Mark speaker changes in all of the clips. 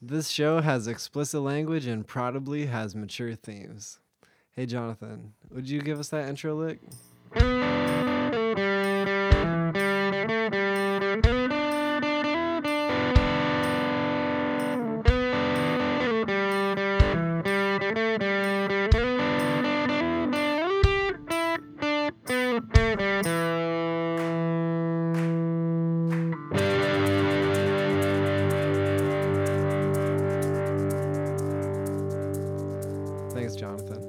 Speaker 1: This show has explicit language and probably has mature themes. Hey, Jonathan, would you give us that intro lick? Thanks, Jonathan.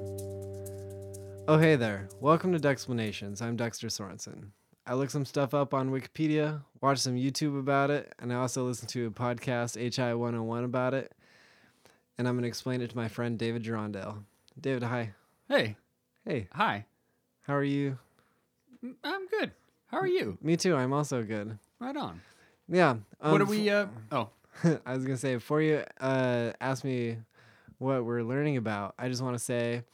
Speaker 1: Oh, hey there. Welcome to Dexplanations. I'm Dexter Sorensen. I looked some stuff up on Wikipedia, watched some YouTube about it, and I also listened to a podcast, HI 101, about it. And I'm going to explain it to my friend David Gerondale. David, hi.
Speaker 2: Hey,
Speaker 1: Hey,
Speaker 2: hi.
Speaker 1: how are you?
Speaker 2: M- I'm good. How are you?
Speaker 1: Me too. I'm also good.
Speaker 2: Right on.
Speaker 1: Yeah. um,
Speaker 2: what are we? Uh, oh,
Speaker 1: I was gonna say before you uh, ask me what we're learning about, I just want to say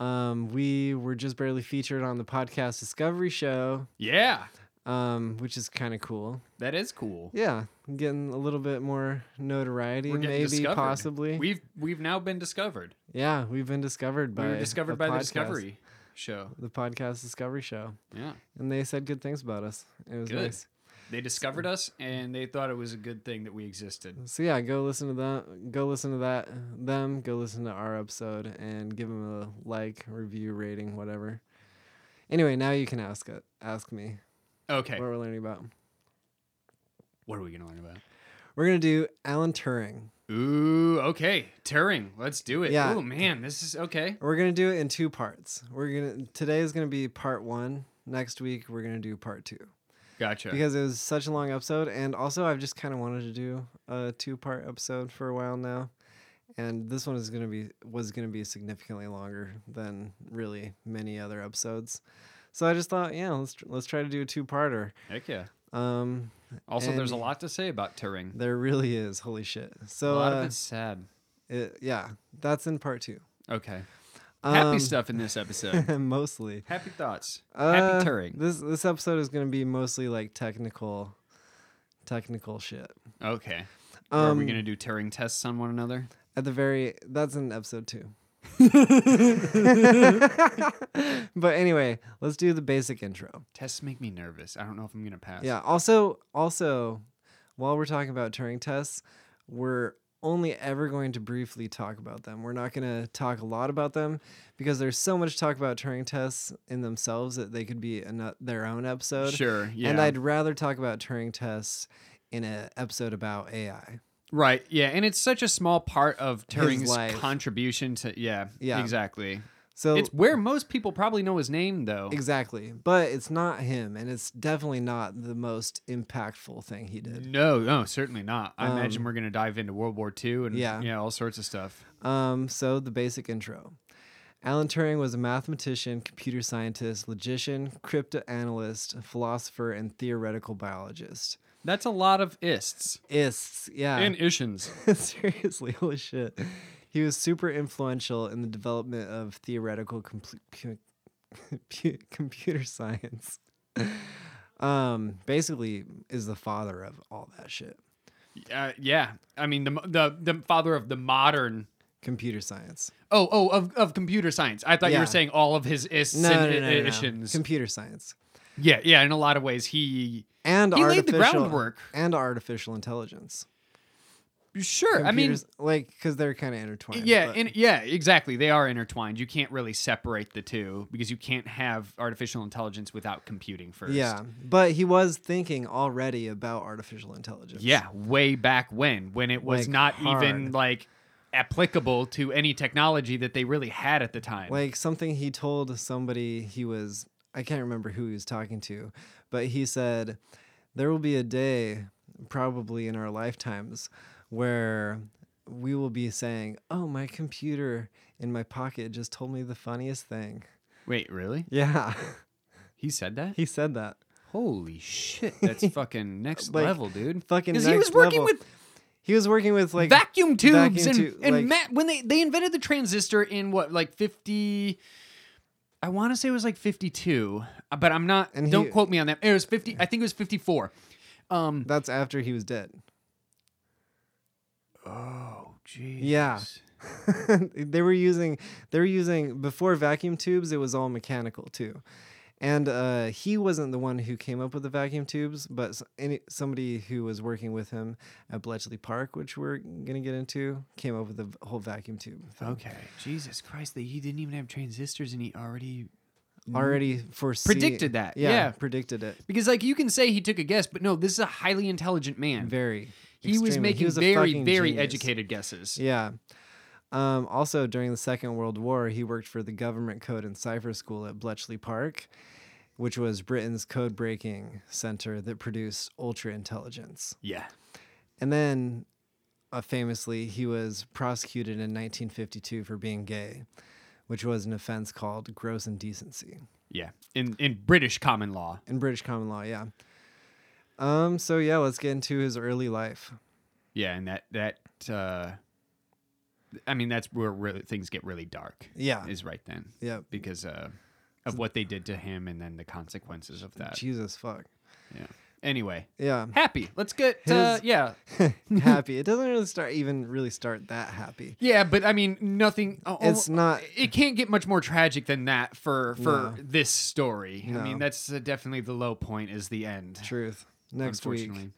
Speaker 1: um, we were just barely featured on the podcast Discovery Show,
Speaker 2: yeah.
Speaker 1: um, which is kind of cool.
Speaker 2: That is cool.
Speaker 1: Yeah, getting a little bit more notoriety,
Speaker 2: We're getting
Speaker 1: maybe
Speaker 2: discovered.
Speaker 1: possibly.
Speaker 2: We've we've now been discovered.
Speaker 1: yeah, we've been discovered by
Speaker 2: we were discovered
Speaker 1: a
Speaker 2: by the
Speaker 1: podcast,
Speaker 2: Discovery Show.
Speaker 1: the podcast Discovery Show,
Speaker 2: Yeah,
Speaker 1: and they said good things about us. It was
Speaker 2: Good.
Speaker 1: nice.
Speaker 2: they discovered us, and they thought it was a good thing that we existed.
Speaker 1: So yeah, go listen to that. Go listen to that. Them. Go listen to our episode and give them a like, review, rating, whatever. Anyway, now you can ask it. Ask me
Speaker 2: Okay,
Speaker 1: what we're learning about.
Speaker 2: what are we gonna learn about?
Speaker 1: We're gonna do Alan Turing.
Speaker 2: Ooh, okay, Turing. Let's do it.
Speaker 1: Yeah.
Speaker 2: Ooh, man, this is okay.
Speaker 1: We're gonna do it in two parts. We're gonna today is gonna be part one. Next week we're gonna do part two
Speaker 2: Gotcha.
Speaker 1: because it was such a long episode, and also I've just kind of wanted to do a two-part episode for a while now, and this one is gonna be was gonna be significantly longer than really many other episodes, so I just thought, yeah, let's tr- let's try to do a two-parter.
Speaker 2: Heck yeah.
Speaker 1: Um,
Speaker 2: Also, there's a
Speaker 1: And-
Speaker 2: lot to say about Turing.
Speaker 1: there really is, holy shit.
Speaker 2: A
Speaker 1: So
Speaker 2: lot
Speaker 1: uh,
Speaker 2: of it's sad.
Speaker 1: it- yeah, that's in part two.
Speaker 2: Okay. Happy
Speaker 1: Um,
Speaker 2: stuff in this episode.
Speaker 1: mostly.
Speaker 2: Happy thoughts.
Speaker 1: Uh,
Speaker 2: Happy Turing.
Speaker 1: This this episode is gonna be mostly like technical, technical shit.
Speaker 2: Okay. Are we
Speaker 1: Um,
Speaker 2: gonna do Turing tests on one another?
Speaker 1: At the very that's in episode two. but anyway, let's do the basic intro.
Speaker 2: Tests make me nervous. I don't know if I'm gonna pass.
Speaker 1: Yeah. Also, also, while we're talking about Turing tests, we're only ever going to briefly talk about them. We're not going to talk a lot about them because there's so much talk about Turing tests in themselves that they could be ano- their own episode.
Speaker 2: Sure. Yeah.
Speaker 1: And I'd rather talk about Turing tests in an episode about AI.
Speaker 2: right. Yeah. And it's such a small part of Turing's
Speaker 1: life.
Speaker 2: contribution to. Yeah.
Speaker 1: Yeah.
Speaker 2: Exactly.
Speaker 1: So
Speaker 2: It's where most people probably know his name, though.
Speaker 1: exactly, but it's not him, and it's definitely not the most impactful thing he did.
Speaker 2: No, no, certainly not. I imagine
Speaker 1: Um,
Speaker 2: we're gonna dive into World War II and
Speaker 1: yeah.
Speaker 2: yeah, all sorts of stuff.
Speaker 1: Um, so the basic intro. Alan Turing was a mathematician, computer scientist, logician, cryptanalyst, philosopher, and theoretical biologist.
Speaker 2: That's a lot of ists
Speaker 1: Ists, yeah.
Speaker 2: and ishins.
Speaker 1: Seriously, holy shit. He was super influential in the development of theoretical compl- cu- pu- computer science. Um, basically, is the father of all that shit.
Speaker 2: Uh, yeah. I mean, the mo- the the father of the modern.
Speaker 1: Computer science.
Speaker 2: Oh, oh, of, of computer science. I thought you
Speaker 1: Yeah.
Speaker 2: were saying all of his ists
Speaker 1: No, no,
Speaker 2: and
Speaker 1: no, no, no.
Speaker 2: ishins.
Speaker 1: Computer science
Speaker 2: Yeah, yeah. In a lot of ways, he
Speaker 1: and
Speaker 2: he laid the
Speaker 1: artificial
Speaker 2: groundwork.
Speaker 1: and artificial intelligence.
Speaker 2: Sure,
Speaker 1: Computers- like because they're kind of
Speaker 2: I mean,
Speaker 1: intertwined.
Speaker 2: yeah,
Speaker 1: but-
Speaker 2: in, yeah, exactly. They are intertwined. You can't really separate the two because you can't have artificial intelligence without computing first.
Speaker 1: yeah. But he was thinking already about artificial intelligence.
Speaker 2: yeah. Way back when, when it was
Speaker 1: Like,
Speaker 2: not even
Speaker 1: hard.
Speaker 2: like applicable to any technology that they really had at the time.
Speaker 1: like something he told somebody he was I can't remember who he was talking to, but he said there will be a day probably in our lifetimes where we will be saying, "Oh, my computer in my pocket just told me the funniest thing."
Speaker 2: Wait, really?
Speaker 1: Yeah,
Speaker 2: He said that?
Speaker 1: he said that.
Speaker 2: Holy shit! That's fucking next
Speaker 1: Like,
Speaker 2: level, dude.
Speaker 1: fucking
Speaker 2: because he
Speaker 1: next
Speaker 2: was working
Speaker 1: level.
Speaker 2: with
Speaker 1: He was working with like
Speaker 2: vacuum tubes
Speaker 1: vacuum
Speaker 2: and,
Speaker 1: tube,
Speaker 2: and
Speaker 1: like-
Speaker 2: ma- when they they invented the transistor in what like 50 I want to say it was like 52 uh, but I'm not
Speaker 1: And
Speaker 2: don't
Speaker 1: he-
Speaker 2: quote me on that it was 50 I think it was 54 um
Speaker 1: that's after he was dead.
Speaker 2: oh jeez.
Speaker 1: Yeah. they were using they were using before vacuum tubes it was all mechanical too and uh, he wasn't the one who came up with the vacuum tubes but s- any, somebody who was working with him at bletchley park which we're going to get into came up with the v- whole vacuum tube thing.
Speaker 2: Okay. Jesus Christ. That he didn't even have transistors, and he already
Speaker 1: already foresee
Speaker 2: Mm-hmm. Predicted that, yeah.
Speaker 1: predicted it
Speaker 2: because like you can say he took a guess, but no, this is a highly intelligent man.
Speaker 1: very
Speaker 2: he was
Speaker 1: extremely.
Speaker 2: making
Speaker 1: a
Speaker 2: very
Speaker 1: fucking
Speaker 2: very
Speaker 1: genius.
Speaker 2: educated guesses.
Speaker 1: yeah um, also during the second world war he worked for the government code and cipher school at bletchley park which was britain's code breaking center that produced ultra intelligence
Speaker 2: Yeah.
Speaker 1: And then, uh, famously, he was prosecuted in 1952 for being gay, which was an offense called gross indecency
Speaker 2: Yeah. In in British common law.
Speaker 1: in British common law. Yeah. Um. So yeah, let's get into his early life.
Speaker 2: Yeah, and that that uh I mean that's where really things get really dark.
Speaker 1: Yeah.
Speaker 2: Is right then.
Speaker 1: Yeah.
Speaker 2: Because uh of what they did to him and then the consequences of that.
Speaker 1: Jesus fuck.
Speaker 2: Yeah. Anyway,
Speaker 1: Yeah.
Speaker 2: happy. Let's get uh
Speaker 1: His-
Speaker 2: yeah.
Speaker 1: happy. It doesn't really start even really start that happy.
Speaker 2: Yeah, but I mean nothing oh, oh,
Speaker 1: It's not.
Speaker 2: it can't get much more tragic than that for
Speaker 1: No.
Speaker 2: for this story. I
Speaker 1: No.
Speaker 2: mean, that's uh, definitely the low point is the end.
Speaker 1: Truth. Next week.
Speaker 2: unfortunately.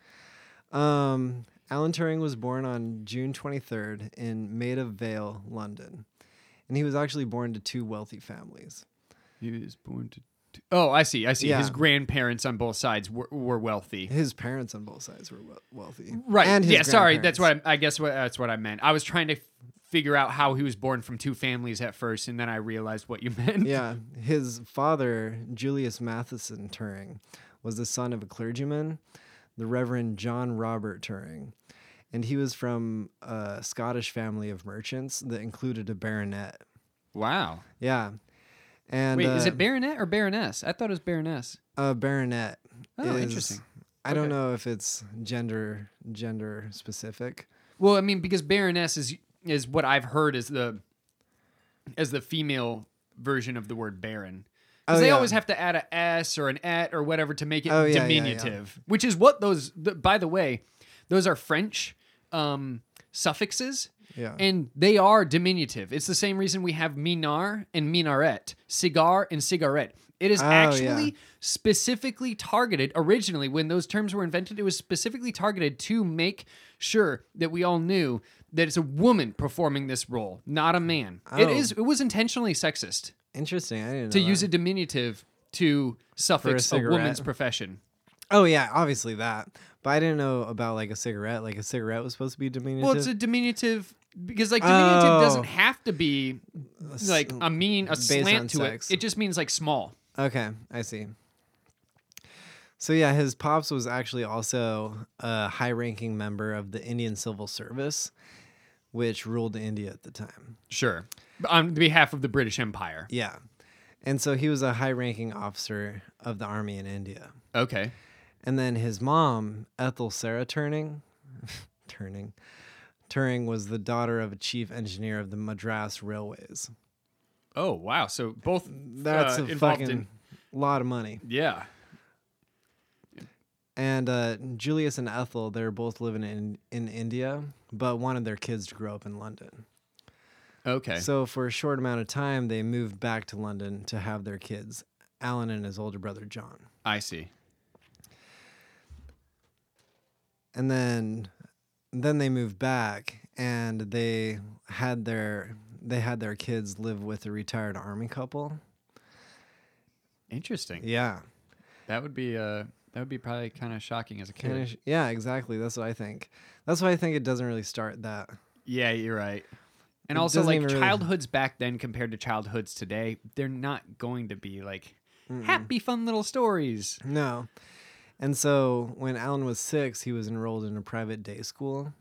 Speaker 1: Um, Alan Turing was born on June 23rd in Maida Vale, London. And he was actually born to two wealthy families.
Speaker 2: He was born to t- Oh, I see. I see. His
Speaker 1: Yeah.
Speaker 2: grandparents on both sides were, were wealthy.
Speaker 1: His parents on both sides were we- wealthy.
Speaker 2: Right.
Speaker 1: And his
Speaker 2: yeah. Sorry. That's
Speaker 1: grandparents.
Speaker 2: what I, I guess. What that's what I meant. I was trying to f- figure out how he was born from two families at first, and then I realized what you meant.
Speaker 1: Yeah. His father, Julius Matheson Turing, was the son of a clergyman, the Reverend John Robert Turing. And he was from a Scottish family of merchants that included a baronet.
Speaker 2: Wow.
Speaker 1: Yeah. And
Speaker 2: Wait, is
Speaker 1: uh,
Speaker 2: it baronet or baroness? I thought it was baroness.
Speaker 1: a baronet.
Speaker 2: Oh,
Speaker 1: is-
Speaker 2: interesting.
Speaker 1: I don't
Speaker 2: Okay.
Speaker 1: know if it's gender gender specific.
Speaker 2: Well, I mean, because baroness is is what I've heard is the as the female version of the word baron.
Speaker 1: Oh,
Speaker 2: Because they
Speaker 1: yeah.
Speaker 2: always have to add a s or an et or whatever to make it
Speaker 1: Oh, yeah, yeah, yeah.
Speaker 2: diminutive, which is what those. Th- by the way, those are French um, suffixes.
Speaker 1: Yeah.
Speaker 2: And they are diminutive. It's the same reason we have minar and minaret, cigar and cigarette. It is
Speaker 1: Oh,
Speaker 2: actually
Speaker 1: yeah.
Speaker 2: specifically targeted originally when those terms were invented. It was specifically targeted to make sure that we all knew that it's a woman performing this role, not a man. It
Speaker 1: Oh.
Speaker 2: is. It was intentionally sexist
Speaker 1: Interesting. I didn't
Speaker 2: to
Speaker 1: know
Speaker 2: use
Speaker 1: that.
Speaker 2: a diminutive to suffix a,
Speaker 1: cigarette?
Speaker 2: woman's profession.
Speaker 1: Oh yeah, obviously that. But I didn't know about like a cigarette. Like a cigarette was supposed to be diminutive.
Speaker 2: Well, it's a diminutive because like diminutive
Speaker 1: Oh.
Speaker 2: doesn't have to be like a mean a
Speaker 1: Based on
Speaker 2: slant to
Speaker 1: sex.
Speaker 2: it. It just means like small.
Speaker 1: okay, I see. So yeah, his pops was actually also a high-ranking member of the Indian Civil Service, which ruled India at the time.
Speaker 2: Sure. On behalf of the British Empire.
Speaker 1: Yeah. And so he was a high-ranking officer of the army in India.
Speaker 2: Okay.
Speaker 1: And then his mom, Ethel Sarah Turning, Turning, Turing was the daughter of a chief engineer of the Madras Railways.
Speaker 2: Oh wow. So both
Speaker 1: That's
Speaker 2: uh,
Speaker 1: a
Speaker 2: involved
Speaker 1: fucking
Speaker 2: in
Speaker 1: lot of money.
Speaker 2: yeah.
Speaker 1: And uh, Julius and Ethel, they're both living in in India, but wanted their kids to grow up in London.
Speaker 2: Okay.
Speaker 1: So for a short amount of time, they moved back to London to have their kids, Alan and his older brother John.
Speaker 2: I see.
Speaker 1: and then then they moved back and they had their they had their kids live with a retired army couple
Speaker 2: Interesting.
Speaker 1: yeah
Speaker 2: That would be uh that would be probably kind of shocking as a kid.
Speaker 1: Kinda sh- yeah exactly that's what i think that's why i think it doesn't really start that
Speaker 2: Yeah, you're right. And
Speaker 1: It
Speaker 2: also
Speaker 1: doesn't
Speaker 2: like
Speaker 1: even really-
Speaker 2: childhoods back then compared to childhoods today, they're not going to be like happy fun little stories.
Speaker 1: no and so when alan was six he was enrolled in a private day school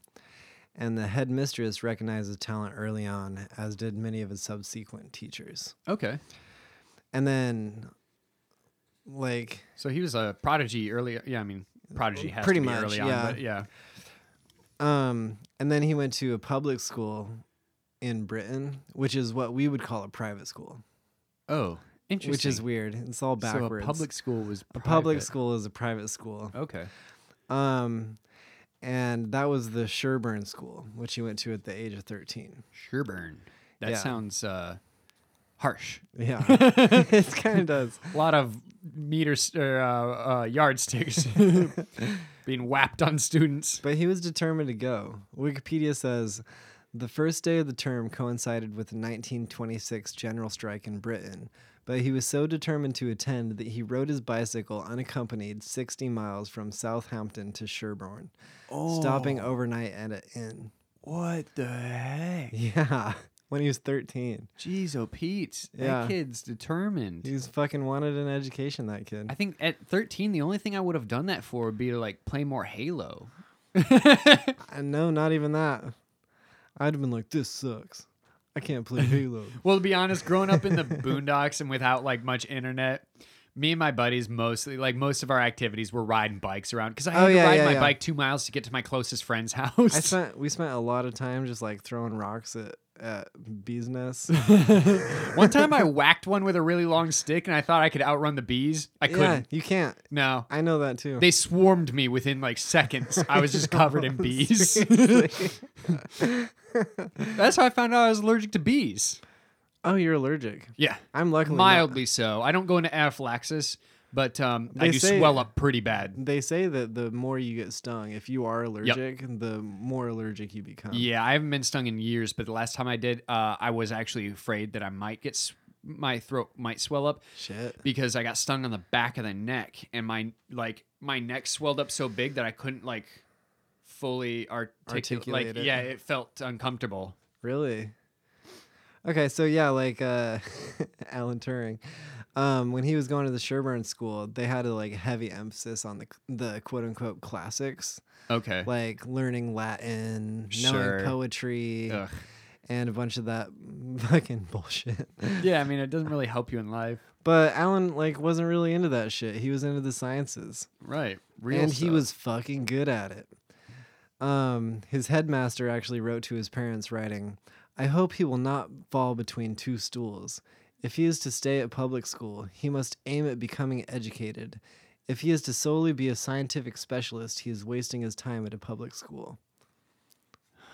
Speaker 1: and the headmistress recognized his talent early on as did many of his subsequent teachers
Speaker 2: Okay.
Speaker 1: and then like
Speaker 2: So he was a prodigy early yeah, I mean prodigy has
Speaker 1: Pretty
Speaker 2: to be
Speaker 1: much,
Speaker 2: early on,
Speaker 1: yeah.
Speaker 2: but yeah.
Speaker 1: Um, and then he went to a public school in Britain, which is what we would call a private school,
Speaker 2: Oh, interesting.
Speaker 1: which is weird. It's all backwards.
Speaker 2: So a public school was
Speaker 1: A public
Speaker 2: private.
Speaker 1: school is a private school.
Speaker 2: Okay.
Speaker 1: Um, and that was the Sherburne School, which he went to at the age of 13.
Speaker 2: Sherburne. That
Speaker 1: Yeah.
Speaker 2: sounds uh, harsh.
Speaker 1: Yeah, it kind of does.
Speaker 2: A lot of meters or uh, uh, yardsticks being whapped on students.
Speaker 1: But he was determined to go. Wikipedia says the first day of the term coincided with the 1926 general strike in Britain, but he was so determined to attend that he rode his bicycle unaccompanied 60 miles from Southampton to Sherborne, stopping overnight at an inn.
Speaker 3: What the heck?
Speaker 1: Yeah, when he was 13.
Speaker 2: Jeez, oh Pete,
Speaker 1: Yeah.
Speaker 2: that kid's determined.
Speaker 1: He's fucking wanted an education, that kid.
Speaker 2: I think at 13, the only thing I would have done that for would be to like play more Halo.
Speaker 1: Uh, no, not even that. I'd have been like, this sucks. I can't play Halo.
Speaker 2: Well, to be honest, growing up in the boondocks and without like much internet, me and my buddies mostly like most of our activities were riding bikes around because I had
Speaker 1: Oh,
Speaker 2: to
Speaker 1: yeah,
Speaker 2: ride
Speaker 1: yeah,
Speaker 2: my
Speaker 1: yeah.
Speaker 2: bike two miles to get to my closest friend's house.
Speaker 1: I spent we spent a lot of time just like throwing rocks at at bees nests.
Speaker 2: One time I whacked one with a really long stick and I thought I could outrun the bees. I
Speaker 1: yeah,
Speaker 2: couldn't.
Speaker 1: you can't.
Speaker 2: No.
Speaker 1: I know that too.
Speaker 2: They swarmed me within like seconds. I was just covered in bees. That's how I found out I was allergic to bees.
Speaker 1: oh, you're allergic.
Speaker 2: Yeah.
Speaker 1: I'm luckily not.
Speaker 2: Mildly so. I don't go into anaphylaxis, but um, I
Speaker 1: They
Speaker 2: do
Speaker 1: say-
Speaker 2: swell up pretty bad.
Speaker 1: They say that the more you get stung, if you are allergic, the more allergic you become.
Speaker 2: Yeah, I haven't been stung in years, but the last time I did, uh, I was actually afraid that I might get s- my throat might swell up.
Speaker 1: Shit.
Speaker 2: because I got stung on the back of the neck and my like my neck swelled up so big that I couldn't like fully articulate. Like,
Speaker 1: Articulate it.
Speaker 2: yeah, it felt uncomfortable.
Speaker 1: Really? Okay, so yeah, like uh, Alan Turing, um, when he was going to the Sherburne School, they had a like heavy emphasis on the the quote unquote classics,
Speaker 2: Okay.
Speaker 1: like learning Latin,
Speaker 2: Sure.
Speaker 1: knowing poetry,
Speaker 2: Ugh.
Speaker 1: and a bunch of that fucking bullshit.
Speaker 2: Yeah, I mean, it doesn't really help you in life,
Speaker 1: But Alan like wasn't really into that shit. He was into the sciences,
Speaker 2: right? Real
Speaker 1: and he
Speaker 2: stuff.
Speaker 1: was fucking good at it. Um, his headmaster actually wrote to his parents, writing, "I hope he will not fall between two stools. If he is to stay at public school, he must aim at becoming educated." If he is to solely be a scientific specialist, he is wasting his time at a public school.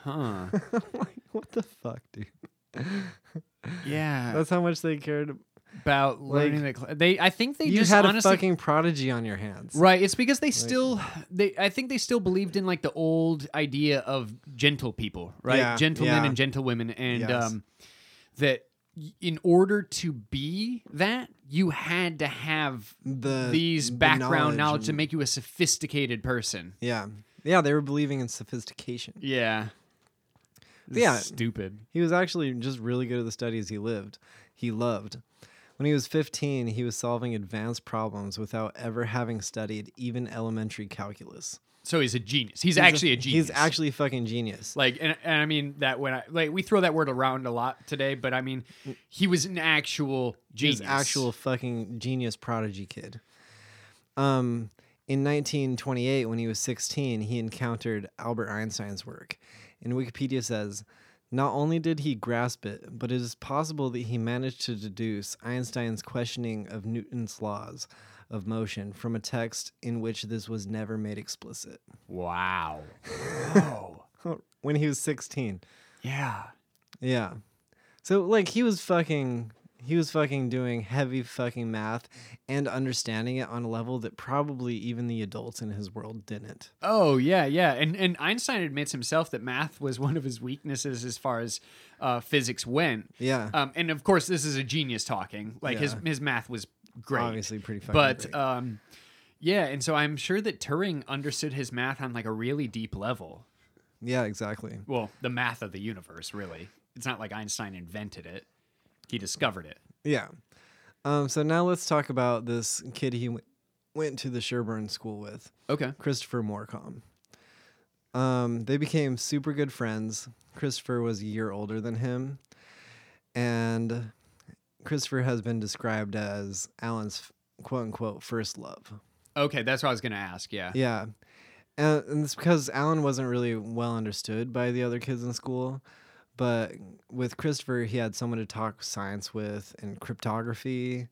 Speaker 2: huh?
Speaker 1: I'm like, what the fuck, dude?
Speaker 2: Yeah,
Speaker 1: That's how much they cared
Speaker 2: about learning the cl- they. I think they
Speaker 1: you
Speaker 2: just
Speaker 1: had
Speaker 2: honestly
Speaker 1: a fucking prodigy on your hands.
Speaker 2: Right, it's because they still they I think they still believed in like the old idea of gentle people, right?
Speaker 1: Yeah,
Speaker 2: Gentlemen
Speaker 1: yeah.
Speaker 2: and gentlewomen and
Speaker 1: Yes.
Speaker 2: um that y- in order to be that, you had to have
Speaker 1: The-
Speaker 2: these
Speaker 1: the
Speaker 2: background knowledge,
Speaker 1: knowledge
Speaker 2: to
Speaker 1: and-
Speaker 2: make you a sophisticated person.
Speaker 1: Yeah. Yeah, they were believing in sophistication.
Speaker 2: Yeah. This is
Speaker 1: Yeah.
Speaker 2: Stupid.
Speaker 1: He was actually just really good at the studies he lived. He loved. When he was 15, he was solving advanced problems without ever having studied even elementary calculus.
Speaker 2: So he's a genius. He's, actually a, genius.
Speaker 1: He's actually fucking genius.
Speaker 2: Like, and, and I mean that when I like we throw that word around a lot today, but I mean he was an actual genius.
Speaker 1: He's actual fucking genius prodigy kid. Um, in 1928, when he was 16, he encountered Albert Einstein's work. And Wikipedia says, not only did he grasp it, but it is possible that he managed to deduce Einstein's questioning of Newton's laws of motion from a text in which this was never made explicit.
Speaker 2: Wow. Whoa.
Speaker 1: When he was 16.
Speaker 2: yeah.
Speaker 1: Yeah. So like he was fucking he was fucking doing heavy fucking math and understanding it on a level that probably even the adults in his world didn't.
Speaker 2: Oh yeah, yeah. And and Einstein admits himself that math was one of his weaknesses as far as uh, physics went.
Speaker 1: Yeah.
Speaker 2: Um, and of course, this is a genius talking. Like his
Speaker 1: Yeah.
Speaker 2: his math was great,
Speaker 1: Obviously pretty fucking
Speaker 2: but
Speaker 1: great.
Speaker 2: um, yeah. And so I'm sure that Turing understood his math on like a really deep level.
Speaker 1: yeah, exactly.
Speaker 2: Well, the math of the universe, really. It's not like Einstein invented it; he discovered it.
Speaker 1: Yeah. Um so now let's talk about this kid he w- went to the Sherburne school with.
Speaker 2: Okay.
Speaker 1: Christopher Morecombe. Um, they became super good friends. Christopher was a year older than him, and Christopher has been described as Alan's quote unquote first love.
Speaker 2: Okay, that's what I was gonna ask. Yeah.
Speaker 1: Yeah. And, and it's because Alan wasn't really well understood by the other kids in school. But with Christopher, he had someone to talk science with and cryptography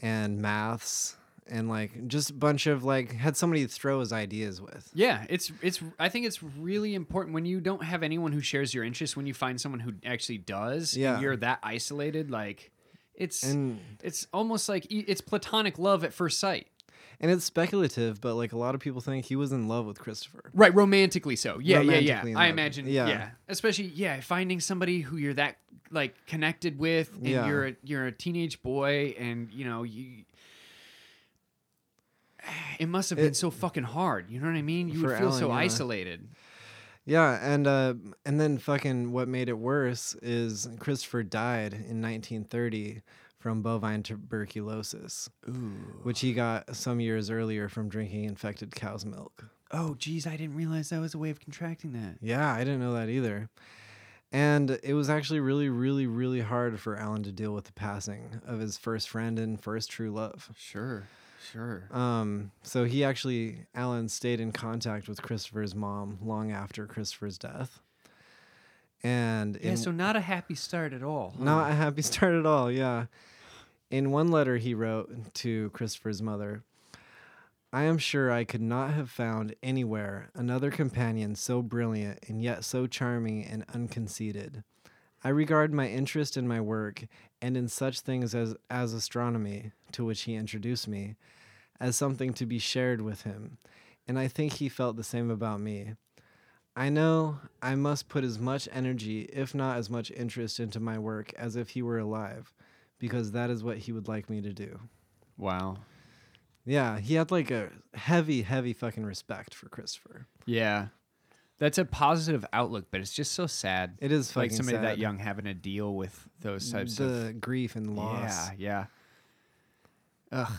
Speaker 1: and maths and like just a bunch of like had somebody to throw his ideas with.
Speaker 2: Yeah, it's it's. I think it's really important when you don't have anyone who shares your interests. When you find someone who actually does, and
Speaker 1: Yeah.
Speaker 2: you're that isolated. Like, it's
Speaker 1: And
Speaker 2: it's almost like e- it's platonic love at first sight.
Speaker 1: and it's speculative, but like a lot of people think he was in love with Christopher.
Speaker 2: Right, romantically so. Yeah, yeah,
Speaker 1: Romantically in
Speaker 2: yeah. I
Speaker 1: love.
Speaker 2: imagine.
Speaker 1: Yeah.
Speaker 2: Yeah. especially yeah, finding somebody who you're that like connected with, and
Speaker 1: Yeah.
Speaker 2: you're a, you're a teenage boy, and you know you. It must have been
Speaker 1: It-
Speaker 2: so fucking hard. You know what I mean? You would
Speaker 1: For
Speaker 2: feel
Speaker 1: Alan,
Speaker 2: so
Speaker 1: yeah.
Speaker 2: isolated.
Speaker 1: Yeah, and uh and then fucking what made it worse is Christopher died in 1930 from bovine tuberculosis, which he got some years earlier from drinking infected cow's milk.
Speaker 2: Oh, geez, I didn't realize that was a way of contracting that.
Speaker 1: Yeah, I didn't know that either. And it was actually really, really, really hard for Alan to deal with the passing of his first friend and first true love.
Speaker 2: Sure, sure.
Speaker 1: Um, so he actually, Alan stayed in contact with Christopher's mom long after Christopher's death. And
Speaker 2: yeah,
Speaker 1: in-
Speaker 2: so not a happy start at all. huh?
Speaker 1: not a happy start at all, yeah. In one letter he wrote to Christopher's mother, I am sure I could not have found anywhere another companion so brilliant and yet so charming and unconceited. I regard my interest in my work and in such things as, as astronomy, to which he introduced me, as something to be shared with him, and I think he felt the same about me. I know I must put as much energy, if not as much interest, into my work as if he were alive, because that is what he would like me to do.
Speaker 2: Wow.
Speaker 1: Yeah, he had like a heavy, heavy fucking respect for Christopher.
Speaker 2: Yeah. That's a positive outlook, but it's just so sad.
Speaker 1: It is fucking
Speaker 2: like somebody that
Speaker 1: sad.
Speaker 2: young having to deal with those types of
Speaker 1: the grief and loss.
Speaker 2: Yeah, yeah. Ugh.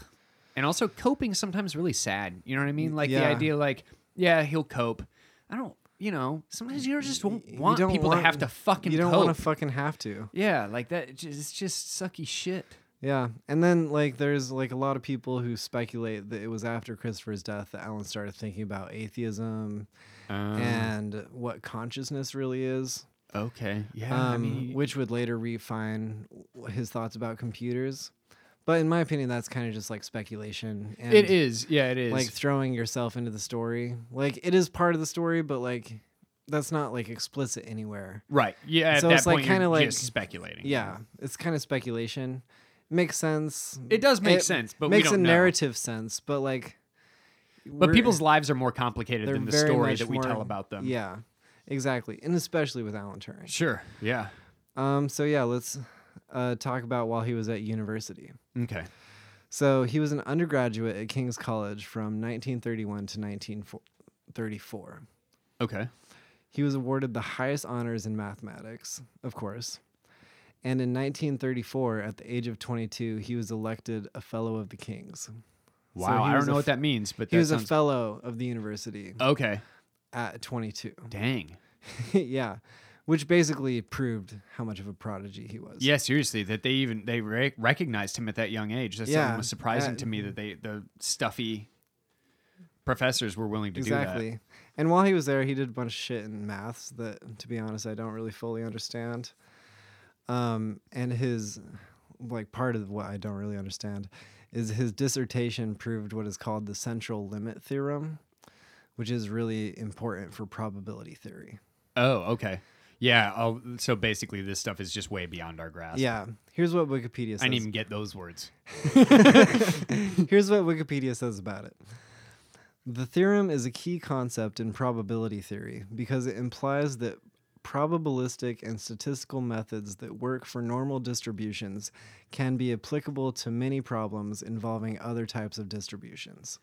Speaker 2: And also coping sometimes really sad. You know what I mean? Like the
Speaker 1: yeah.
Speaker 2: idea like, yeah, he'll cope. I don't you know, sometimes you just don't
Speaker 1: You
Speaker 2: want
Speaker 1: don't
Speaker 2: people
Speaker 1: want-
Speaker 2: to have to fucking
Speaker 1: you don't
Speaker 2: cope.
Speaker 1: want to fucking have to.
Speaker 2: yeah, like that it's just, it's just sucky shit.
Speaker 1: Yeah, and then like there's like a lot of people who speculate that it was after Christopher's death that Alan started thinking about atheism
Speaker 2: Uh-huh.
Speaker 1: and what consciousness really is.
Speaker 2: Oh, okay. Yeah.
Speaker 1: um,
Speaker 2: I mean,
Speaker 1: which would later refine w- his thoughts about computers. But in my opinion, that's kind of just like speculation. And
Speaker 2: it is. Yeah, it is.
Speaker 1: like throwing yourself into the story. Like it is part of the story, but like that's not like explicit anywhere.
Speaker 2: right. Yeah, at
Speaker 1: So
Speaker 2: that
Speaker 1: it's, like,
Speaker 2: point you're
Speaker 1: kinda like-
Speaker 2: just speculating.
Speaker 1: Yeah, it's kind of speculation. Makes sense.
Speaker 2: It does make sense, but we
Speaker 1: makes
Speaker 2: don't
Speaker 1: a
Speaker 2: know.
Speaker 1: narrative sense. But like,
Speaker 2: But
Speaker 1: we're-
Speaker 2: people's lives are more complicated
Speaker 1: they're
Speaker 2: than the
Speaker 1: very
Speaker 2: story
Speaker 1: much
Speaker 2: that we
Speaker 1: more-
Speaker 2: tell about them.
Speaker 1: Yeah, exactly, and especially with Alan Turing.
Speaker 2: Sure. Yeah.
Speaker 1: Um. So yeah, let's uh, talk about while he was at university.
Speaker 2: Okay.
Speaker 1: So he was an undergraduate at King's College from 1931 to 1934.
Speaker 2: Okay.
Speaker 1: He was awarded the highest honors in mathematics, of course. And in 1934, at the age of 22, he was elected a Fellow of the Kings. So
Speaker 2: Wow.
Speaker 1: he
Speaker 2: I
Speaker 1: was
Speaker 2: don't
Speaker 1: a
Speaker 2: know
Speaker 1: f-
Speaker 2: what that means, but
Speaker 1: He
Speaker 2: that
Speaker 1: was a
Speaker 2: sounds
Speaker 1: Fellow of the University
Speaker 2: Okay.
Speaker 1: at 22.
Speaker 2: Dang.
Speaker 1: yeah. Which basically proved how much of a prodigy he was.
Speaker 2: Yeah, seriously, that they even they re- recognized him at that young age. That's
Speaker 1: Yeah,
Speaker 2: yeah, was surprising
Speaker 1: that- mm-hmm.
Speaker 2: to me that they the stuffy professors were willing to do
Speaker 1: Exactly. And while he was there, he did a bunch of shit in maths that, to be honest, I don't really fully understand. Um, and his, like, part of what I don't really understand is his dissertation proved what is called the central limit theorem, which is really important for probability theory.
Speaker 2: that. Oh, okay. Yeah. Oh, so basically, this stuff is just way beyond our grasp.
Speaker 1: Yeah. Here's what Wikipedia says.
Speaker 2: I didn't even get those words.
Speaker 1: Here's what Wikipedia says about it. The theorem is a key concept in probability theory because it implies that probabilistic and statistical methods that work for normal distributions can be applicable to many problems involving other types of distributions.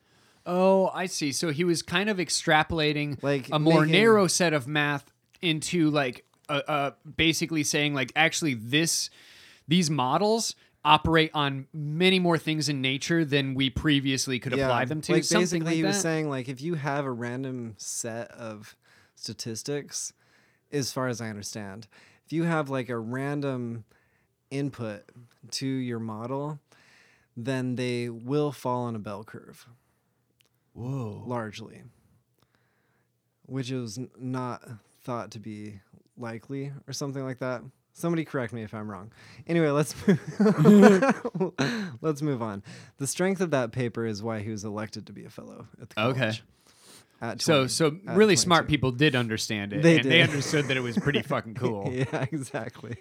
Speaker 2: Oh, I see. So he was kind of extrapolating
Speaker 1: Like,
Speaker 2: a more
Speaker 1: making-
Speaker 2: narrow set of math into like uh, uh, basically saying like actually this these models operate on many more things in nature than we previously could apply them to.
Speaker 1: Like
Speaker 2: Something
Speaker 1: basically
Speaker 2: like
Speaker 1: he
Speaker 2: that.
Speaker 1: was saying like if you have a random set of statistics, as far as I understand, if you have like a random input to your model, then they will fall on a bell curve
Speaker 2: Whoa.
Speaker 1: largely, which is n- not thought to be likely or something like that. Somebody correct me if I'm wrong. Anyway, let's move let's move on. The strength of that paper is why he was elected to be a fellow at the college.
Speaker 2: Okay.
Speaker 1: At
Speaker 2: So
Speaker 1: 20
Speaker 2: so
Speaker 1: at
Speaker 2: really smart
Speaker 1: 22.
Speaker 2: people did understand it.
Speaker 1: uh, They
Speaker 2: and they
Speaker 1: did.
Speaker 2: understood that it was pretty fucking cool.
Speaker 1: Yeah, exactly.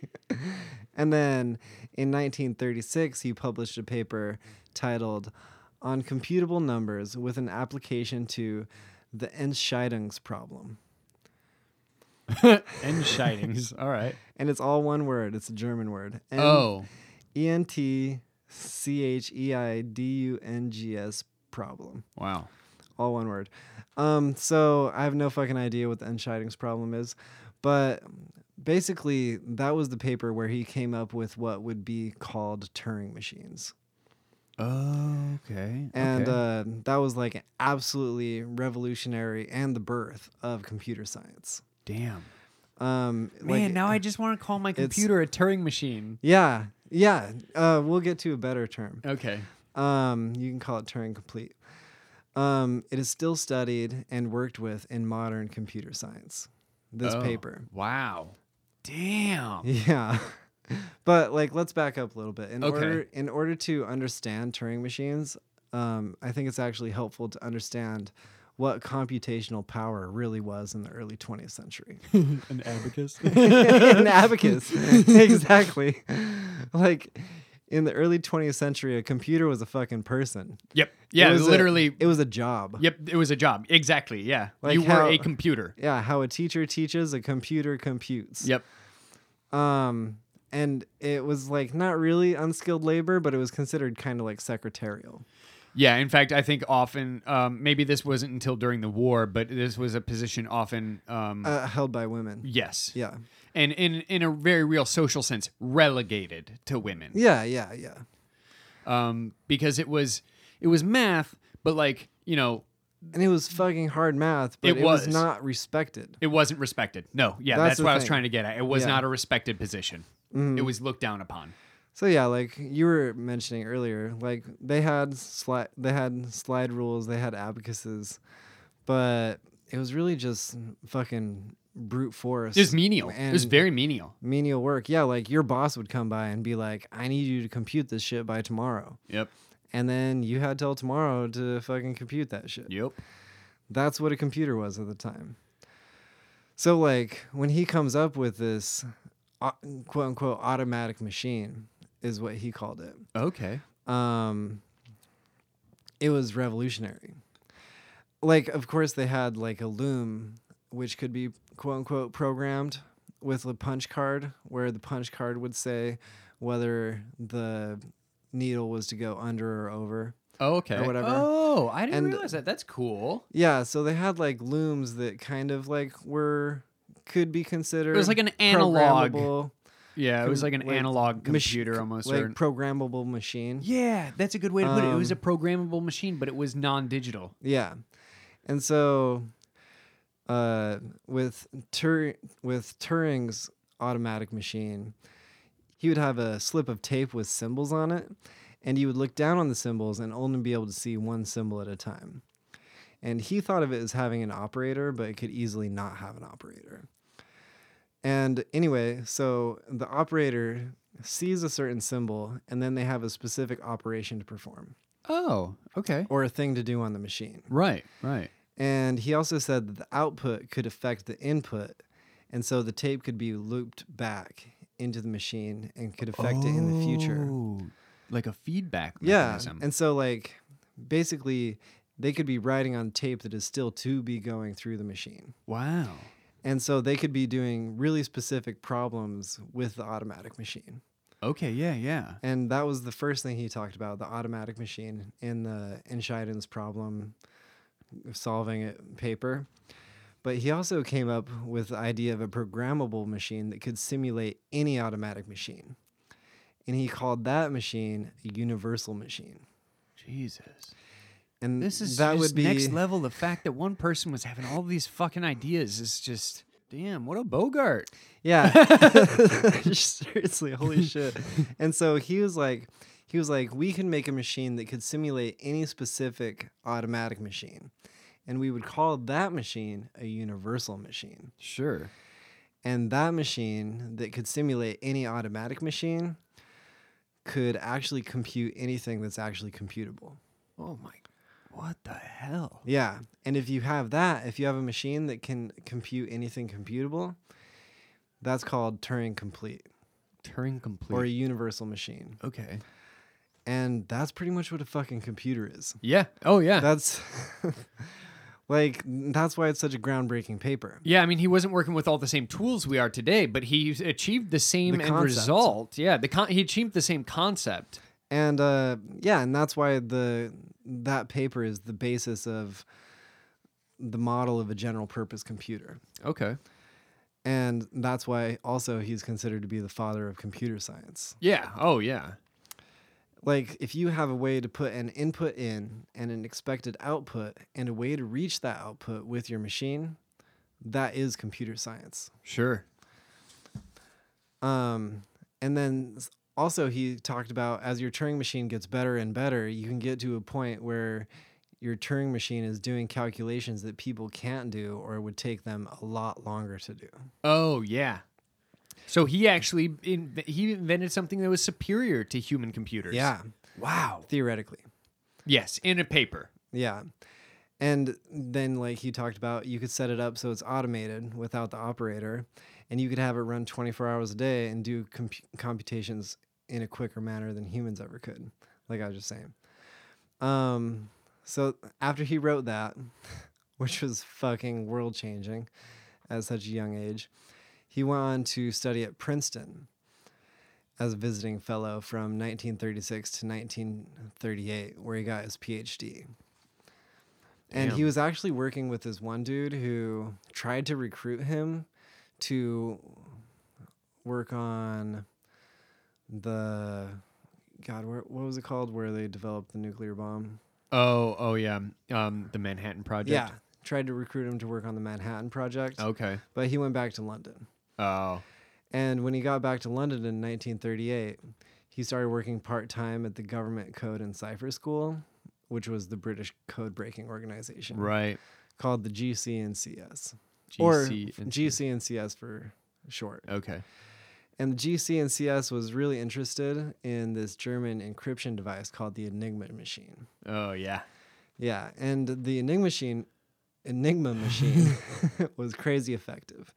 Speaker 1: And then in 1936, he published a paper titled On Computable Numbers with an Application to the Entscheidungs Problem.
Speaker 2: and shinings. All right.
Speaker 1: And it's all one word, it's a German word. En-
Speaker 2: Oh.
Speaker 1: E N T C H E I D U N G S problem.
Speaker 2: Wow.
Speaker 1: All one word. Um, so I have no fucking idea what the Entscheidungs problem is, but basically that was the paper where he came up with what would be called Turing machines.
Speaker 2: Oh, okay.
Speaker 1: And uh, that was like absolutely revolutionary and the birth of computer science.
Speaker 2: damn.
Speaker 1: Um,
Speaker 2: Man,
Speaker 1: like-
Speaker 2: now I just want to call my computer a Turing machine.
Speaker 1: yeah, yeah. Uh, we'll get to a better term.
Speaker 2: Okay.
Speaker 1: Um, you can call it Turing complete. Um, it is still studied and worked with in modern computer science. This
Speaker 2: Oh,
Speaker 1: paper.
Speaker 2: Wow. Damn.
Speaker 1: Yeah. but like let's back up a little bit. In
Speaker 2: Okay.
Speaker 1: order in order to understand Turing machines, um, I think it's actually helpful to understand what computational power really was in the early 20th century.
Speaker 2: An abacus.
Speaker 1: an abacus. exactly. Like in the early 20th century, a computer was a fucking person.
Speaker 2: yep. Yeah,
Speaker 1: was a-
Speaker 2: literally.
Speaker 1: it was a job.
Speaker 2: yep, it was a job. Exactly. Yeah.
Speaker 1: Like
Speaker 2: you were
Speaker 1: how-
Speaker 2: a computer.
Speaker 1: yeah how a teacher teaches a computer computes
Speaker 2: Yep.
Speaker 1: um and it was like not really unskilled labor but it was considered kind of like secretarial
Speaker 2: Yeah, in fact, I think often um, maybe this wasn't until during the war, but this was a position often um,
Speaker 1: uh, held by women
Speaker 2: yes,
Speaker 1: yeah
Speaker 2: and in in a very real social sense, relegated to women,
Speaker 1: yeah yeah yeah
Speaker 2: um, because it was it was math, but like you know,
Speaker 1: and it was fucking hard math but
Speaker 2: It
Speaker 1: it, was.
Speaker 2: was.
Speaker 1: not respected
Speaker 2: it wasn't respected. No, yeah,
Speaker 1: That's
Speaker 2: that's,
Speaker 1: the
Speaker 2: what I was
Speaker 1: thing.
Speaker 2: trying to get at. It was
Speaker 1: Yeah. Mm-hmm.
Speaker 2: not a respected position. It was looked down upon.
Speaker 1: so yeah like you were mentioning earlier like they had slide they had slide rules they had abacuses but it was really just fucking brute force
Speaker 2: It was menial. it was
Speaker 1: And-
Speaker 2: very menial.
Speaker 1: menial work. Yeah, like your boss would come by and be like, I need you to compute this shit by tomorrow.
Speaker 2: Yep.
Speaker 1: And then you had till tomorrow to fucking compute that shit.
Speaker 2: Yep.
Speaker 1: That's what a computer was at the time. So, like, when he comes up with this au- quote unquote automatic machine, is what he called it
Speaker 2: Okay.
Speaker 1: um, it was revolutionary. Like, of course, they had like a loom, which could be quote unquote programmed with a punch card, where the punch card would say whether the needle was to go under or over.
Speaker 2: Oh, okay.
Speaker 1: Or whatever.
Speaker 2: Oh, I didn't
Speaker 1: And-
Speaker 2: realize that. That's cool.
Speaker 1: Yeah, so they had like looms that kind of like were could be considered.
Speaker 2: like an analog
Speaker 1: programmable
Speaker 2: Yeah, it was like an
Speaker 1: like,
Speaker 2: analog
Speaker 1: mach-
Speaker 2: computer almost.
Speaker 1: like
Speaker 2: or an-
Speaker 1: programmable machine.
Speaker 2: Yeah, that's a good way to put it. It was a
Speaker 1: Um,
Speaker 2: programmable machine, but it was non-digital.
Speaker 1: Yeah, and so uh, with Tur- with Turing's automatic machine, he would have a slip of tape with symbols on it, and you would look down on the symbols and only be able to see one symbol at a time. And he thought of it as having an operator, but it could easily not have an operator. And anyway, so the operator sees a certain symbol, and then they have a specific operation to perform
Speaker 2: Oh, okay.
Speaker 1: or a thing to do on the machine.
Speaker 2: Right, right.
Speaker 1: And he also said that the output could affect the input, and so the tape could be looped back into the machine and could affect it in the
Speaker 2: Oh.
Speaker 1: future.
Speaker 2: Like a feedback
Speaker 1: Yeah.
Speaker 2: mechanism.
Speaker 1: And so, like, basically, they could be writing on tape that is still to be going through the machine.
Speaker 2: wow.
Speaker 1: And so they could be doing really specific problems with the automatic machine.
Speaker 2: Okay, yeah, yeah.
Speaker 1: And that was the first thing he talked about the automatic machine in the Enscheiden's problem solving it paper. But he also came up with the idea of a programmable machine that could simulate any automatic machine. And he called that machine a universal machine.
Speaker 2: Jesus.
Speaker 1: And
Speaker 2: This is
Speaker 1: that
Speaker 2: just
Speaker 1: would be
Speaker 2: next level. The fact that one person was having all these fucking ideas is just damn, what a Bogart.
Speaker 1: Yeah. Seriously, holy shit. And so he was like he was like we can make a machine that could simulate any specific automatic machine. And we would call that machine a universal machine.
Speaker 2: Sure.
Speaker 1: And that machine that could simulate any automatic machine could actually compute anything that's actually computable.
Speaker 2: Oh my. What the hell?
Speaker 1: Yeah. And if you have that, if you have a machine that can compute anything computable, that's called Turing complete
Speaker 2: Turing
Speaker 1: or a
Speaker 2: complete.
Speaker 1: universal machine.
Speaker 2: okay.
Speaker 1: And that's pretty much what a fucking computer is.
Speaker 2: Yeah. Oh yeah.
Speaker 1: That's like that's why it's such a groundbreaking paper.
Speaker 2: yeah, I mean, he wasn't working with all the same tools we are today, but he achieved the same
Speaker 1: The
Speaker 2: end
Speaker 1: concept.
Speaker 2: result. Yeah, the con- he achieved the same concept.
Speaker 1: and uh, yeah, and that's why the that paper is the basis of the model of a general purpose computer,
Speaker 2: Okay.
Speaker 1: and that's why also he's considered to be the father of computer science.
Speaker 2: Yeah. Oh yeah.
Speaker 1: Like, if you have a way to put an input in and an expected output, and a way to reach that output with your machine, that is computer science.
Speaker 2: Sure.
Speaker 1: Um, and then s- also he talked about as your Turing machine gets better and better, you can get to a point where your Turing machine is doing calculations that people can't do or would take them a lot longer to do.
Speaker 2: Oh yeah. So he actually in- he invented something that was superior to human computers.
Speaker 1: Yeah,
Speaker 2: Wow.
Speaker 1: theoretically.
Speaker 2: Yes, in a paper.
Speaker 1: Yeah. And then like he talked about you could set it up so it's automated without the operator and you could have it run 24 hours a day and do comp- computations in a quicker manner than humans ever could. Like I was just saying. Um so after he wrote that, which was fucking world changing at such a young age, he went on to study at Princeton as a visiting fellow from 1936 to 1938 where he got his PhD. And he
Speaker 2: Damn.
Speaker 1: was actually working with this one dude who tried to recruit him to work on the God, where, what was it called? Where they developed the nuclear bomb?
Speaker 2: Oh, oh yeah. Um, the Manhattan Project.
Speaker 1: Yeah, tried to recruit him to work on the Manhattan Project,
Speaker 2: Okay.
Speaker 1: but he went back to London.
Speaker 2: Oh.
Speaker 1: And when he got back to London in 1938, he started working part time at the Government Code and Cipher School, which was the British code breaking organization
Speaker 2: Right.
Speaker 1: called the GCNCS. or
Speaker 2: GC and-
Speaker 1: GCNCS for short.
Speaker 2: Okay.
Speaker 1: And the GCNCS was really interested in this German encryption device called the Enigma machine.
Speaker 2: Oh yeah.
Speaker 1: Yeah, and the Enigma machine, Enigma machine, was crazy effective.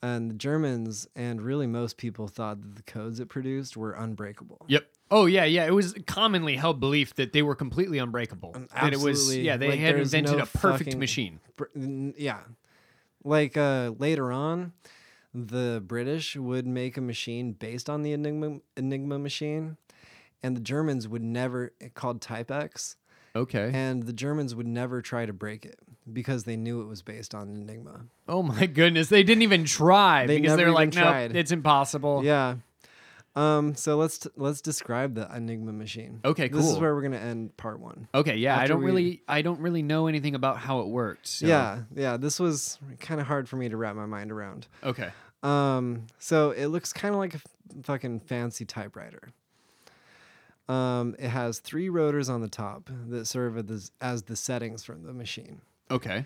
Speaker 1: And the Germans and really most people thought that the codes it produced were unbreakable.
Speaker 2: Yep. Oh yeah, yeah. It was commonly held belief that they were completely unbreakable. That it was
Speaker 1: Um, absolutely.
Speaker 2: yeah, they
Speaker 1: Like,
Speaker 2: had
Speaker 1: there's
Speaker 2: invented
Speaker 1: no
Speaker 2: a perfect
Speaker 1: fucking-
Speaker 2: machine.
Speaker 1: Br- n- yeah, like uh, later on, the British would make a machine based on the Enigma Enigma machine, and the Germans would never eh, called TypeX,
Speaker 2: Okay.
Speaker 1: and the Germans would never try to break it because they knew it was based on Enigma.
Speaker 2: Oh my goodness. They didn't even try
Speaker 1: They never
Speaker 2: because they were
Speaker 1: even
Speaker 2: like, no,
Speaker 1: tried.
Speaker 2: it's impossible.
Speaker 1: Yeah. Um, so let's t- let's describe the Enigma machine.
Speaker 2: Okay,
Speaker 1: This is
Speaker 2: cool.
Speaker 1: where we're gonna end part one.
Speaker 2: Okay, yeah. I
Speaker 1: After
Speaker 2: don't
Speaker 1: we-
Speaker 2: really I don't really know anything about how it worked. so-
Speaker 1: Yeah, yeah. This was kind of hard for me to wrap my mind around.
Speaker 2: Okay.
Speaker 1: Um, so it looks kind of like a f- fucking fancy typewriter. Um, it has three rotors on the top that serve as the, as the settings from the machine.
Speaker 2: Okay.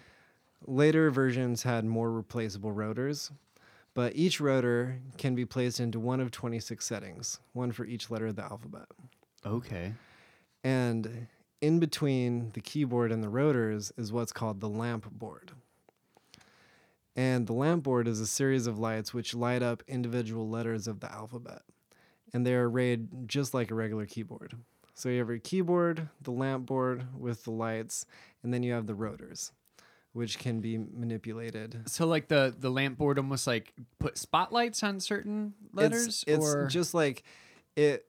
Speaker 1: Later versions had more replaceable rotors, but each rotor can be placed into one of 26 settings, one for each letter of the alphabet.
Speaker 2: Okay.
Speaker 1: And in between the keyboard and the rotors is what's called the lamp board. And the lamp board is a series of lights which light up individual letters of the alphabet. And they're arrayed just like a regular keyboard. So you have your keyboard, the lamp board with the lights, and then you have the rotors, which can be manipulated.
Speaker 2: So like the the lamp board almost like put spotlights on certain letters
Speaker 1: It's, it's
Speaker 2: or
Speaker 1: just like it.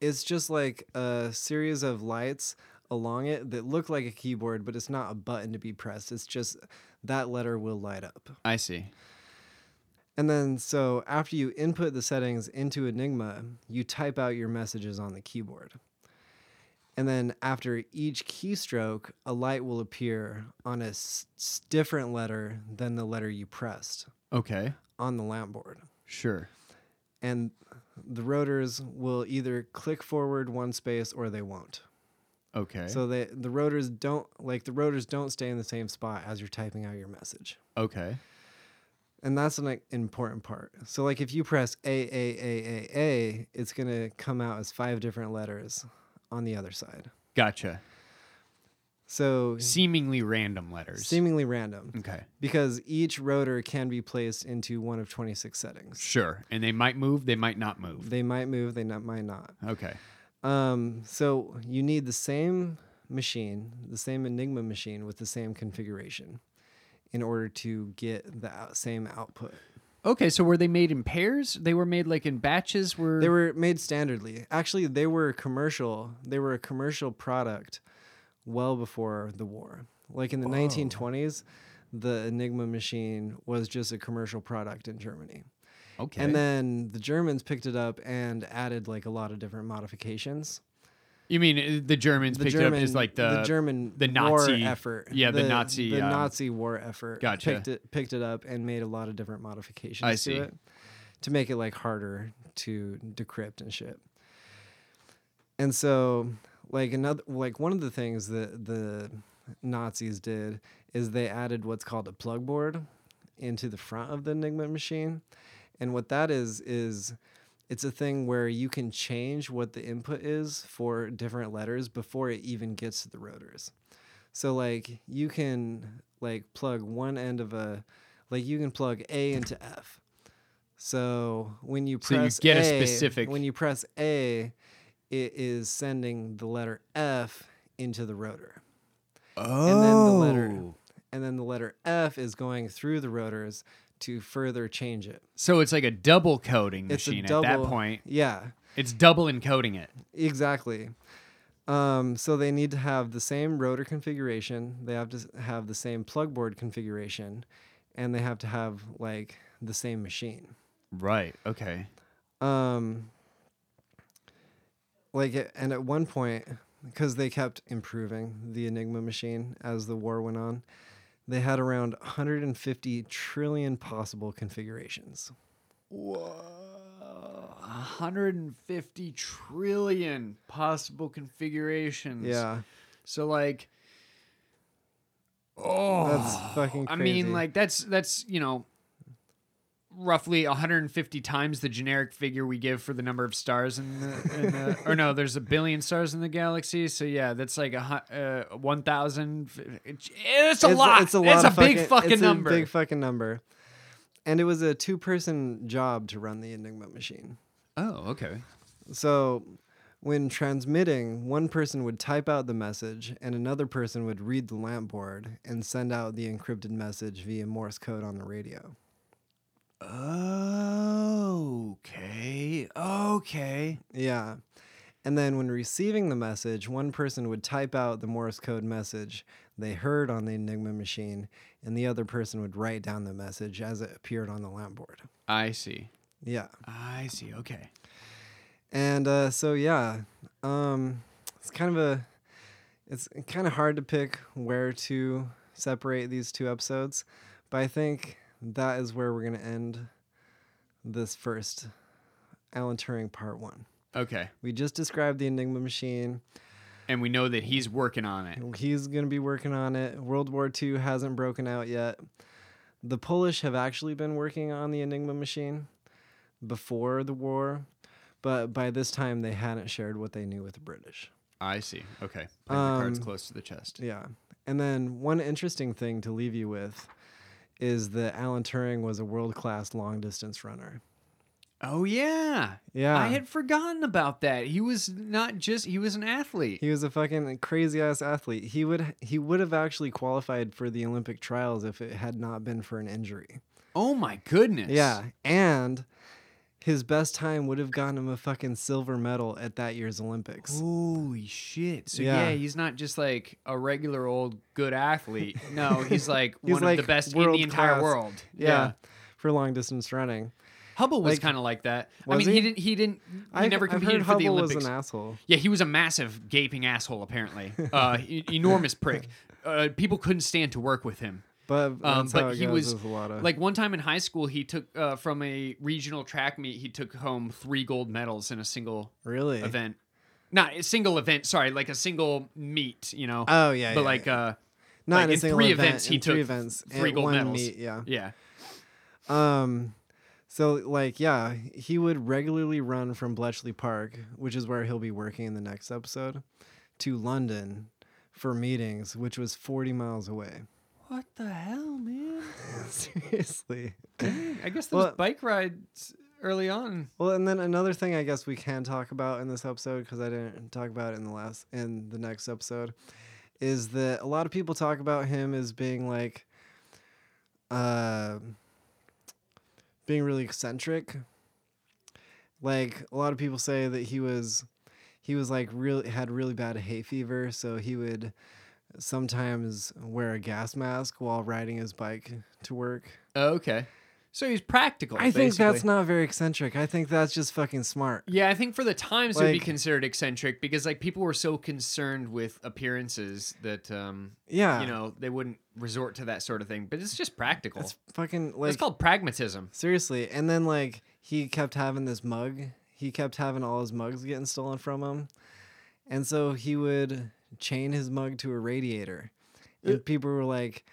Speaker 1: It's just like a series of lights along it that look like a keyboard, but it's not a button to be pressed. It's just that letter will light up.
Speaker 2: I see.
Speaker 1: And then, so after you input the settings into Enigma, you type out your messages on the keyboard. And then, after each keystroke, a light will appear on a s- s- different letter than the letter you pressed
Speaker 2: Okay.
Speaker 1: on the lamp board.
Speaker 2: Sure.
Speaker 1: and the rotors will either click forward one space or they won't.
Speaker 2: Okay.
Speaker 1: So they the rotors don't like the rotors don't stay in the same spot as you're typing out your message.
Speaker 2: okay.
Speaker 1: And that's an like, important part. So like if you press A A A A A, it's gonna come out as five different letters on the other side.
Speaker 2: Gotcha.
Speaker 1: So
Speaker 2: Seemingly random letters.
Speaker 1: seemingly random.
Speaker 2: okay.
Speaker 1: Because each rotor can be placed into one of 26 settings.
Speaker 2: Sure. And they might move, they might not move.
Speaker 1: They might move, they not, might not.
Speaker 2: Okay.
Speaker 1: Um, so you need the same machine, the same Enigma machine with the same configuration in order to get the out- same output.
Speaker 2: Okay, so were they made in pairs? They were made like in batches were
Speaker 1: They were made standardly. Actually, they were commercial. They were a commercial product well before the war. Like in the 1920s, the Enigma machine was just a commercial product in Germany.
Speaker 2: Okay.
Speaker 1: And then the Germans picked it up and added like a lot of different modifications.
Speaker 2: you mean uh, the Germans
Speaker 1: The
Speaker 2: picked
Speaker 1: German,
Speaker 2: it up as like the,
Speaker 1: German
Speaker 2: the Nazi-
Speaker 1: war effort.
Speaker 2: yeah, the Nazi,
Speaker 1: the
Speaker 2: um,
Speaker 1: Nazi war effort.
Speaker 2: Gotcha.
Speaker 1: Picked it picked it up and made a lot of different modifications
Speaker 2: I
Speaker 1: to
Speaker 2: see.
Speaker 1: it to make it like harder to decrypt and shit. And so like another like one of the things that the Nazis did is they added what's called a plug board into the front of the Enigma machine. And what that is is it's a thing where you can change what the input is for different letters before it even gets to the rotors. So like you can like plug one end of a like you can plug A into F. So when you
Speaker 2: So you
Speaker 1: press
Speaker 2: get a
Speaker 1: A-
Speaker 2: specific-
Speaker 1: when you press A, it is sending the letter F into the rotor.
Speaker 3: Oh.
Speaker 1: And then the letter and then the letter F is going through the rotors to further change it.
Speaker 2: So it's like a double coding
Speaker 1: It's a
Speaker 2: machine
Speaker 1: double
Speaker 2: at that point.
Speaker 1: Yeah.
Speaker 2: It's double encoding it.
Speaker 1: Exactly. Um, so they need to have the same rotor configuration. They have to s- have the same plug board configuration, and they have to have like the same machine.
Speaker 2: Right. Okay.
Speaker 1: Um, like, it, and at one point, because they kept improving the Enigma machine as the war went on, they had around 150 trillion possible configurations.
Speaker 2: Whoa. 150 trillion possible configurations.
Speaker 1: Yeah,
Speaker 2: So like Oh.
Speaker 1: that's fucking.
Speaker 2: I
Speaker 1: Crazy.
Speaker 2: mean like that's that's, you know, roughly 150 times the generic figure we give for the number of stars in the, in the or no, there's a billion stars in the galaxy. So yeah, that's like a hu- uh, 1000 it's, a lot. It's a,
Speaker 1: of
Speaker 2: big fucking
Speaker 1: it's
Speaker 2: number.
Speaker 1: A big fucking number. And it was a two-person job to run the Enigma machine.
Speaker 2: oh, okay.
Speaker 1: So, when transmitting, one person would type out the message, and another person would read the lamp board and send out the encrypted message via Morse code on the radio.
Speaker 3: Okay. Okay.
Speaker 1: Yeah. And then when receiving the message, one person would type out the Morse code message they heard on the Enigma machine, and the other person would write down the message as it appeared on the lamp board.
Speaker 2: I see.
Speaker 1: Yeah.
Speaker 2: I see. Okay.
Speaker 1: And uh, so yeah, um, it's kind of a it's kind of hard to pick where to separate these two episodes, but I think that is where we're gonna end this first Alan Turing part one.
Speaker 2: Okay.
Speaker 1: We just described the Enigma machine.
Speaker 2: And we know that he's working on it.
Speaker 1: He's gonna be working on it. World War II hasn't broken out yet. The Polish have actually been working on the Enigma machine before the war, but by this time they hadn't shared what they knew with the British.
Speaker 2: I see. Okay. Playing the cards
Speaker 1: Um,
Speaker 2: close to the chest.
Speaker 1: Yeah. And then one interesting thing to leave you with is that Alan Turing was a world class long distance runner.
Speaker 2: Oh yeah.
Speaker 1: Yeah.
Speaker 2: I had forgotten about that. He was not just he was an athlete.
Speaker 1: he was a fucking crazy ass athlete. He would he would have actually qualified for the Olympic trials if it had not been for an injury.
Speaker 2: Oh my goodness.
Speaker 1: Yeah. And his best time would have gotten him a fucking silver medal at that year's Olympics.
Speaker 2: Holy shit. So
Speaker 1: Yeah.
Speaker 2: yeah. he's not just like a regular old good athlete. No, he's like
Speaker 1: He's
Speaker 2: one
Speaker 1: like
Speaker 2: of the best in
Speaker 1: world
Speaker 2: the entire
Speaker 1: class.
Speaker 2: world.
Speaker 1: Yeah. For long distance running.
Speaker 2: Hubble was
Speaker 1: Like-
Speaker 2: kind of like that. I
Speaker 1: Was
Speaker 2: mean,
Speaker 1: he?
Speaker 2: he? didn't he didn't he never
Speaker 1: I've
Speaker 2: competed
Speaker 1: heard
Speaker 2: for the
Speaker 1: Hubble
Speaker 2: Olympics.
Speaker 1: was an asshole.
Speaker 2: Yeah, he was a massive gaping asshole. Apparently, uh, e- enormous prick. Uh, people couldn't stand to work with him.
Speaker 1: But that's
Speaker 2: Um,
Speaker 1: how
Speaker 2: but
Speaker 1: it
Speaker 2: he
Speaker 1: goes
Speaker 2: was
Speaker 1: with a lot of
Speaker 2: like one time in high school, he took uh, from a regional track meet. He took home three gold medals in a single
Speaker 1: really
Speaker 2: event. Not a single event. Sorry, like a single meet. You know.
Speaker 1: Oh, yeah,
Speaker 2: But
Speaker 1: yeah,
Speaker 2: like,
Speaker 1: yeah.
Speaker 2: uh,
Speaker 1: Not
Speaker 2: like
Speaker 1: in a single
Speaker 2: three
Speaker 1: event,
Speaker 2: events, he
Speaker 1: in three
Speaker 2: took
Speaker 1: events,
Speaker 2: three
Speaker 1: at
Speaker 2: gold
Speaker 1: one
Speaker 2: medals.
Speaker 1: meet, yeah.
Speaker 2: Yeah.
Speaker 1: Um, so like yeah, he would regularly run from Bletchley Park, which is where he'll be working in the next episode, to London for meetings, which was 40 miles away.
Speaker 3: What the hell, man?
Speaker 1: Seriously.
Speaker 2: I guess those
Speaker 1: Well-
Speaker 2: bike rides early on.
Speaker 1: Well, and then another thing I guess we can talk about in this episode because I didn't talk about it in the last in the next episode is that a lot of people talk about him as being like uh being really eccentric. Like a lot of people say that he was he was like really had really bad hay fever, so he would sometimes wear a gas mask while riding his bike to work.
Speaker 2: Oh, okay. So he's practical.
Speaker 1: I think that's
Speaker 2: basically.
Speaker 1: not very eccentric. I think that's just fucking smart.
Speaker 2: Yeah, I think for the times it would be
Speaker 1: Like-
Speaker 2: considered eccentric because like people were so concerned with appearances that um
Speaker 1: Yeah.
Speaker 2: you know, they wouldn't resort to that sort of thing. But it's just practical.
Speaker 1: It's
Speaker 2: It's,
Speaker 1: fucking like
Speaker 2: called pragmatism.
Speaker 1: seriously. And then like he kept having this mug. He kept having all his mugs getting stolen from him. And so he would chain his mug to a radiator.
Speaker 2: Uh
Speaker 1: And people were like,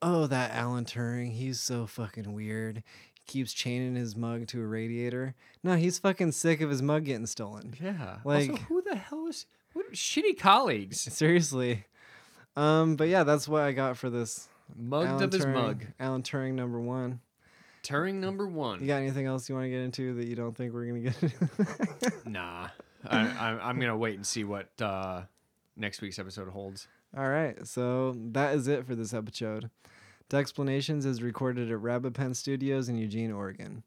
Speaker 1: "Oh, that Alan Turing, he's so fucking weird. He keeps chaining his mug to a radiator." No, he's fucking sick of his mug getting stolen.
Speaker 2: Yeah.
Speaker 1: Like-
Speaker 2: also, who the hell is what shitty colleagues?
Speaker 1: Seriously. Um, but yeah, that's what I got for this.
Speaker 2: Mugged
Speaker 1: Alan
Speaker 2: of his
Speaker 1: Turing-
Speaker 2: mug.
Speaker 1: Alan Turing number 1.
Speaker 2: Turing number one.
Speaker 1: You got anything else you want to get into that you don't think we're gonna get? into?
Speaker 2: Nah. I, I, I'm gonna wait and see what uh next week's episode holds.
Speaker 1: All right, so that is it for this episode. Dexplanations is recorded at Rabbit Pen Studios in Eugene, Oregon.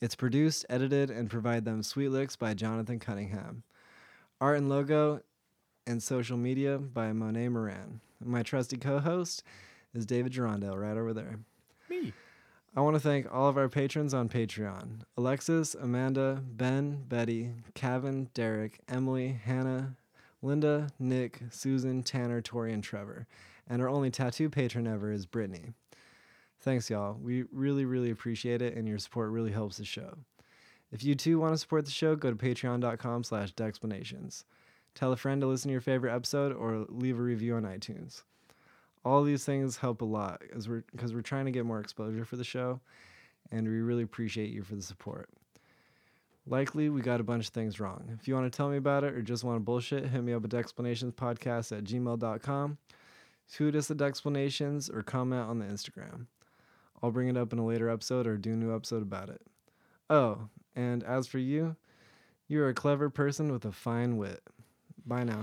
Speaker 1: It's produced, edited, and provide them sweet licks by Jonathan Cunningham. Art and logo and social media by Monet Moran. My trusty co-host is David Gerondale, right over there.
Speaker 2: Me.
Speaker 1: I want to thank all of our patrons on Patreon Alexis, Amanda, Ben, Betty, Kevin, Derek, Emily, Hannah, Linda, Nick, Susan, Tanner, Tori, and Trevor. And our only tattoo patron ever is Brittany. Thanks, y'all. We really, really appreciate it, and your support really helps the show. If you too want to support the show, go to patreon.com slash dexplanations. Tell a friend to listen to your favorite episode or leave a review on iTunes all these things help a lot because we're because we're trying to get more exposure for the show and we really appreciate you for the support likely we got a bunch of things wrong if you want to tell me about it or just want to bullshit hit me up at dexplanationspodcast at gmail.com tweet us at dexplanations or comment on the instagram i'll bring it up in a later episode or do a new episode about it oh and as for you you're a clever person with a fine wit bye now